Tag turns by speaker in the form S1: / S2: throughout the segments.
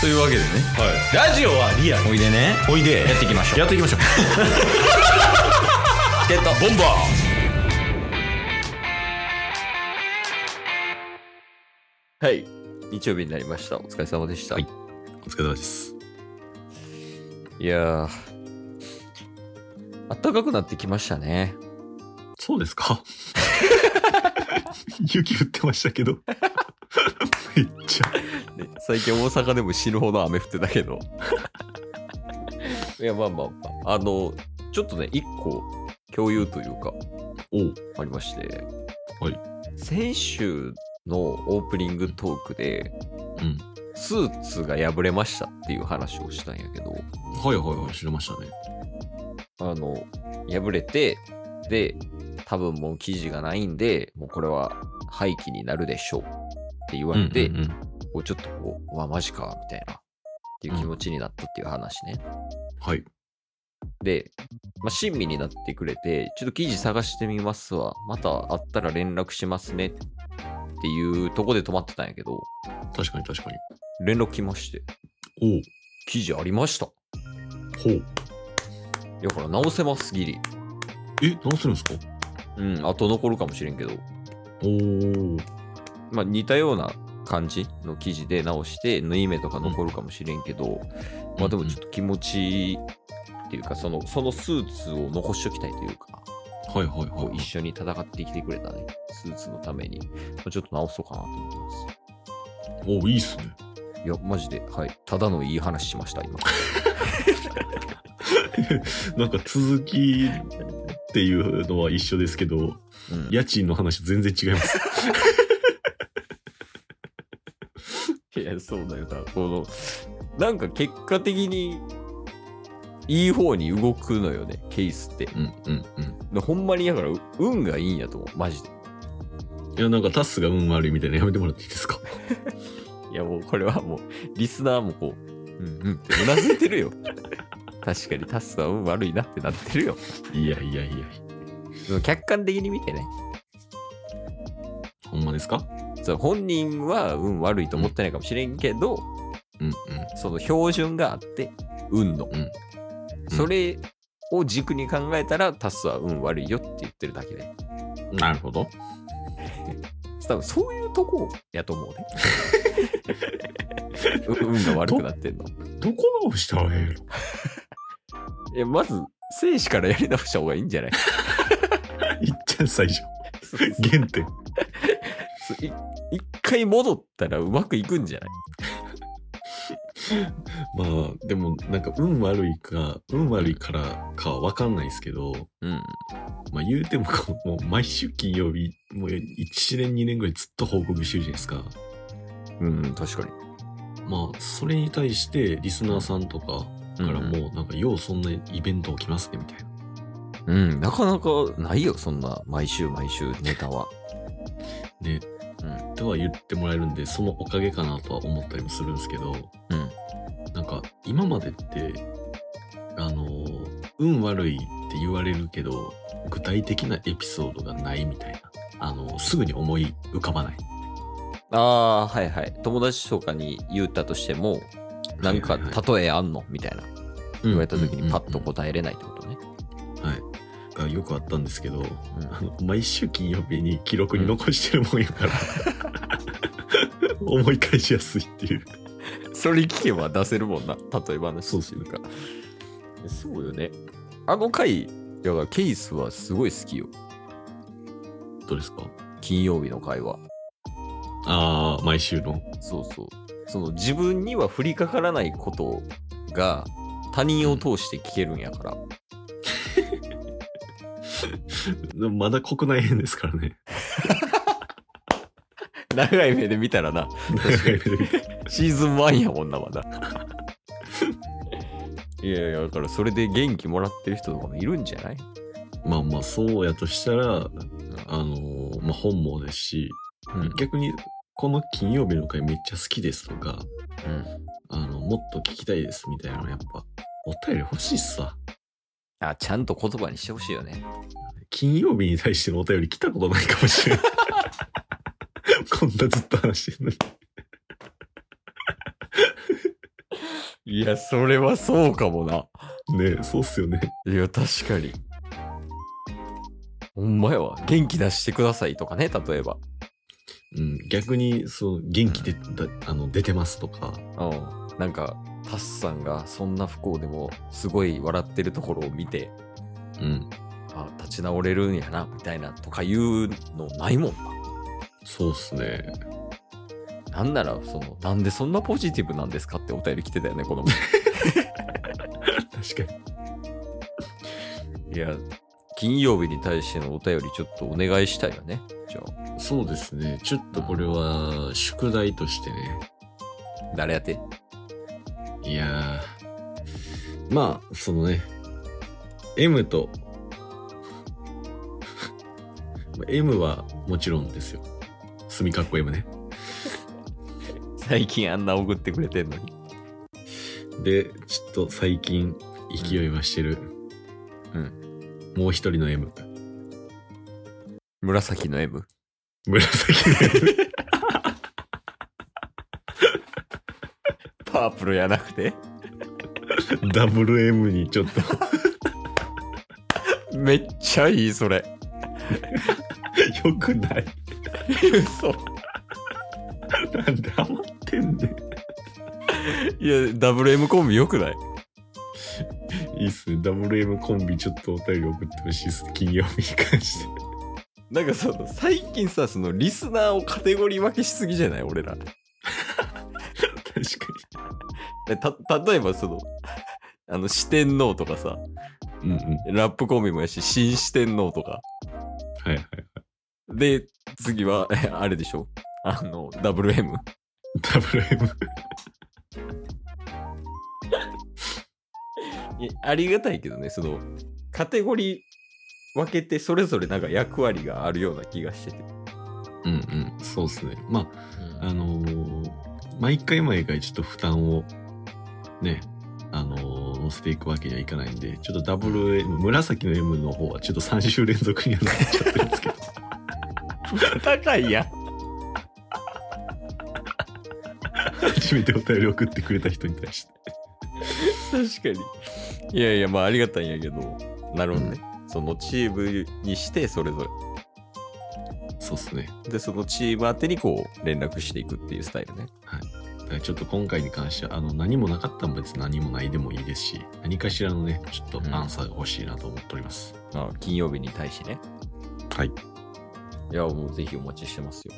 S1: というわけでね
S2: ラジオはリアル
S1: おいでね
S2: おいで
S1: やっていきましょう
S2: やっていきましょう
S1: チケットボンバーはい日曜日になりましたお疲れ様でした、
S2: はい
S1: い、
S2: お疲れ様です
S1: やー暖かくなってきましたね
S2: そうです か雪降ってましたけどめっちゃ
S1: ね最近大阪でも死ぬほど雨降ってたけど いやまあまあ、まあ、あのちょっとね一個共有というか
S2: おう
S1: ありまして、
S2: はい
S1: 先週のオープニングトークで、
S2: うん
S1: スーツが破れましたっていう話をしたんやけど
S2: はいはいはい知りましたね
S1: あの破れてで多分もう生地がないんでもうこれは廃棄になるでしょうって言われて、
S2: うんうんうん
S1: こうちょっとこう、うわ、マジか、みたいな、っていう気持ちになったっていう話ね。
S2: はい
S1: で、まあ、親身になってくれて、ちょっと記事探してみますわ。またあったら連絡しますね。っていうとこで止まってたんやけど、
S2: 確かに確かに
S1: 連絡来まして、
S2: おう
S1: 記事ありました。
S2: ほう
S1: だから直せます、ギリ。
S2: え直せるんですか
S1: うん、あと残るかもしれんけど、
S2: おお
S1: まあ、似たような感じの記事で直して、縫い目とか残るかもしれんけど、まあでもちょっと気持ちっていうか、その、そのスーツを残しときたいというか、
S2: はいはい
S1: こ
S2: は
S1: う
S2: い
S1: 一緒に戦ってきてくれたね、スーツのために、まあちょっと直そうかなと思ってま
S2: おういいっすね
S1: す。いや、マジで、はい、ただのいい話しました、今。
S2: なんか続きっていうのは一緒ですけど
S1: うん、
S2: 家賃の話全然違います
S1: いや、そうだよな。この、なんか結果的に、いい方に動くのよね、ケースって。
S2: うんうんうん
S1: でほんまに、だから、う運がいいんやと思う、マジで。
S2: いやなんかタスが運悪いみたいなのやめてもらっていいですか
S1: いや、もう、これはもう、リスナーもこう、うんうんってうなずいてる よ。確かにタスは運悪いなってなってるよ。
S2: いやいやいや
S1: でも客観的に見てね。
S2: ほんまですか
S1: そう本人は運悪いと思ってないかもしれんけど、
S2: うんうん
S1: その標準があって運の、
S2: うん
S1: それを軸に考えたらタスは運悪いよって言ってるだけで
S2: なるほど
S1: 多分そういうとこやと思う ねう運が悪くなってんの
S2: どこ直したらええ
S1: えまず生死からやり直した方がいいんじ ゃない
S2: のいっちゃん最初
S1: そうそう
S2: 原点
S1: そうい一回戻ったらうまくいくんじゃない
S2: まあでもなんか運悪いか運悪いからかわかんないですけど
S1: うん
S2: まあ言うてもこうもう毎週金曜日もう1年2年ぐらいずっと報告してるじゃないですか
S1: うん確かに
S2: まあそれに対してリスナーさんとかから
S1: うん
S2: もうなんかようそんなイベント起きますねみたいな
S1: うんなかなかないよそんな毎週毎週ネタ は
S2: ね、とは言ってもらえるんでそのおかげかなとは思ったりもするんですけど
S1: うん
S2: なんか今までってあの運悪いって言われるけど具体的なエピソードがないみたいなあのすぐに思い浮かばない
S1: ああーはいはい友達とかに言ったとしてもなんか
S2: はいはいはい
S1: 例えあんのみたいな
S2: うん
S1: 言われた時にパッと
S2: うんうん
S1: 答えれないってことね
S2: うんはいがよくあったんですけど
S1: うん
S2: あの毎週金曜日に記録に残してるもんや から、思い返しやすいっていう
S1: それ聞けば出せるもんな例え話
S2: そう
S1: というかそうよねあの回だからケースはすごい好きよ
S2: どうですか
S1: 金曜日の回は
S2: ああ毎週の
S1: そうそうその自分には降りかからないことが他人を通して聞けるんやから、
S2: まだ国内編ですからね
S1: 長い目で見たらな
S2: 長い目で見て
S1: シーズン1やもんなまだ いやいやだからそれで元気もらってる人とかもいるんじゃない
S2: まあまあそうやとしたら、あのーまあ本望ですし、
S1: うん
S2: 逆にこの金曜日の回めっちゃ好きですとか、
S1: うん
S2: あの、もっと聞きたいですみたいなのやっぱ、お便り欲しいっすわ。
S1: あちゃんと言葉にしてほしいよね
S2: 金曜日に対してのお便り来たことないかもしれない。 こんなずっと話してるのに。
S1: いや、それはそうかもな。
S2: ねそうっすよね。
S1: いや、確かに。ほんまやわ。元気出してくださいとかね、例えば。
S2: うん、逆に、そう、元気で、だあの出てますとか、
S1: うん。なんか、タスさんがそんな不幸でもすごい笑ってるところを見て、
S2: うん、
S1: あ、立ち直れるんやな、みたいなとかいうのないもん
S2: そうっすね。
S1: な。なんなら、その、なんでそんなポジティブなんですかってお便り来てたよね、この前。
S2: 確か
S1: いや、金曜日に対してのお便りちょっとお願いしたいよね。じゃあ、
S2: に。そうですね。ちょっとこれは、宿題としてね。
S1: 誰やって
S2: いやー、まあ、そのね、M と、 まあ M はもちろんですよ。墨かっこ M ね。
S1: 最近あんな送ってくれてんのに。
S2: で、ちょっと最近勢い増してる。うん。もう一人の M。
S1: 紫の M。
S2: 紫の M。
S1: パープルやなくて
S2: ダブル M にちょっと
S1: めっちゃいい、それ。
S2: 良くない
S1: 嘘。
S2: なんでハマってんね
S1: いや、ダブル M コンビよくない
S2: んいいっすねダブル M コンビちょっとお便り送ってほしいっすね金曜日に関して
S1: なんかその、最近さ、その、リスナーをカテゴリー分けしすぎじゃない俺ら。
S2: 確
S1: でた、例えばその、 あの、四天王とかさ、
S2: かにうんうん
S1: ラップコンビもやし、新四天王とか。
S2: はいはい
S1: で、次は、えあれでしょあの、ダブル M。
S2: ダブル M
S1: いやありがたいけどね、その、カテゴリー分けて、それぞれなんか役割があるような気がしてて。
S2: うんうんそうっすねまああのー毎回毎回ちょっと負担をねあのー乗せていくわけにはいかないんでちょっとダブル M 紫の M の方はちょっと3週連続にはなっちゃってるんです けど
S1: 高いやん。
S2: 初めてお便り送ってくれた人に対して
S1: 確かに。いやいや、まあありがたいんやけど、なるほどね。そのチームにして、それぞ
S2: そうっすね
S1: れ。で、そのチーム宛てにこう、連絡していくっていうスタイルね。
S2: だからちょっと今回に関してはあの何もなかったら別に何もないでもいいですし何かしらのねちょっと
S1: うん
S2: アンサーが欲しいなと思っております、
S1: あ金曜日に対してね。
S2: はい
S1: いや、もうぜひお待ちしてますよ。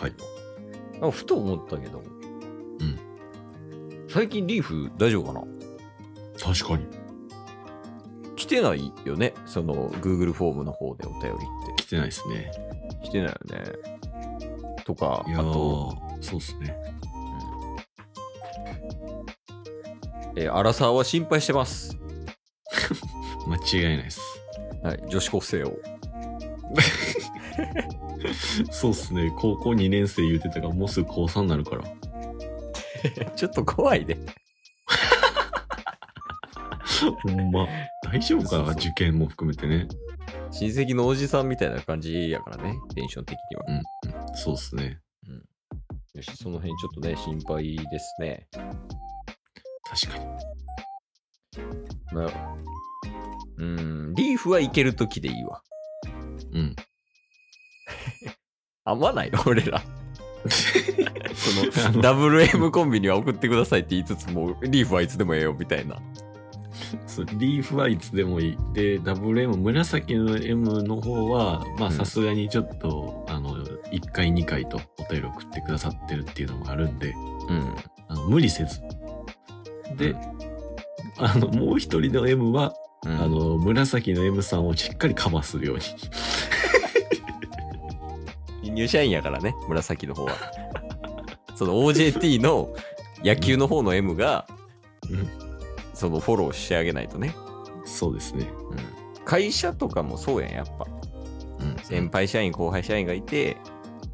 S2: はい
S1: あふと思ったけど、
S2: うん。
S1: 最近リーフ大丈夫かな
S2: 確かに
S1: 来てないよね。その Google フォームの方でお便りっ
S2: 来てないですね
S1: て。来てないよね。とか、
S2: い
S1: あ
S2: やー
S1: と、
S2: そうっすね
S1: えー、アラサーは心配してます。
S2: 間違いないっす
S1: はい、女子高生を。
S2: そうっすね高校2年生言うてたからもうすぐ高3になるから
S1: ちょっと怖いね。
S2: ほんま大丈夫かな
S1: そうそう
S2: 受験も含めてね
S1: 親戚のおじさんみたいな感じやからね、テンション的には。
S2: そうっすね
S1: よし、その辺ちょっとね、心配ですね。
S2: 確かに
S1: まあ、うーん、リーフはいけるときでいいわ。
S2: うん
S1: あんまないの俺 ら。 そ
S2: あ
S1: の、
S2: の
S1: ダブル M コンビには送ってくださいって言いつつも、リーフはいつでもええよみたいな。
S2: そうリーフはいつでもいい。で、ダブル M、紫の M の方は、まあ
S1: うん
S2: さすがにちょっと、あの、1回2回とお便り送ってくださってるっていうのもあるんで、
S1: うん。
S2: あの無理せず。で、
S1: うん
S2: あの、もう一人の M は、
S1: うん
S2: あの、紫の M さんをしっかりカバーするように。
S1: 入社員やからね、紫の方は。 その OJT の野球の方の M が、
S2: うん
S1: そのフォローしてあげないとね。
S2: そうですね。
S1: 会社とかもそうやん、やっぱ。
S2: うん。
S1: 先輩社員、後輩社員がいて、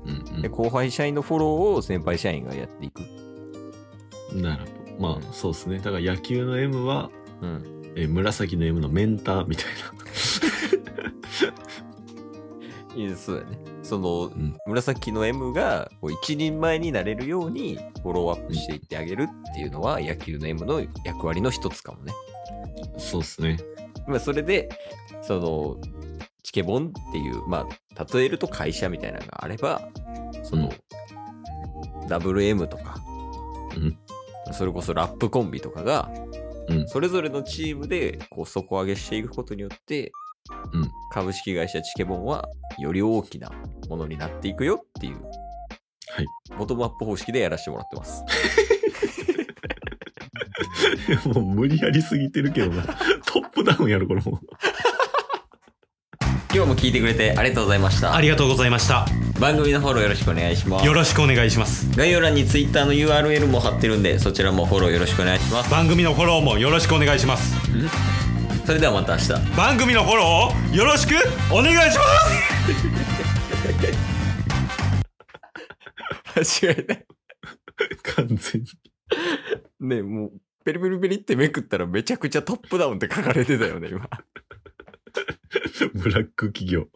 S2: うん
S1: で後輩社員のフォローを先輩社員がやっていく。
S2: うん。なるほど。まあ、そうですね。だから野球の M は、
S1: うん。
S2: えー紫の M のメンターみたいな。
S1: いいですそうやね。その
S2: うん
S1: 紫の M がこう一人前になれるようにフォローアップしていってあげるっていうのは野球の M の役割の一つかもね。
S2: そうっすね。
S1: まあ、それで、その、チケボンっていう、まあ、例えると会社みたいなのがあれば、その、WM とか、
S2: うん
S1: それこそラップコンビとかが、
S2: うん
S1: それぞれのチームでこう底上げしていくことによって、
S2: うん
S1: 株式会社チケボンはより大きなものになっていくよっていう、
S2: はい
S1: ボトムアップ方式でやらせてもらってます。
S2: もう無理やりすぎてるけどな。 トップダウンやる、これもう。
S1: 今日も聞いてくれてありがとうございました
S3: あ。りがとうございました
S1: 番組のフォローよろしくお願いします
S3: よ。ろしくお願いします
S1: 概要欄に Twitter の URL も貼ってるんでそちらもフォローよろしくお願いします
S3: 番組のフォローもよろしくお願いします
S1: それではまた明日
S3: 番組のフォローをよろしくお願いします
S1: 間違いない
S2: 完全に。
S1: ねえもうペリペリペリってめくったらめちゃくちゃトップダウンって書かれてたよね今
S2: ブラック企業。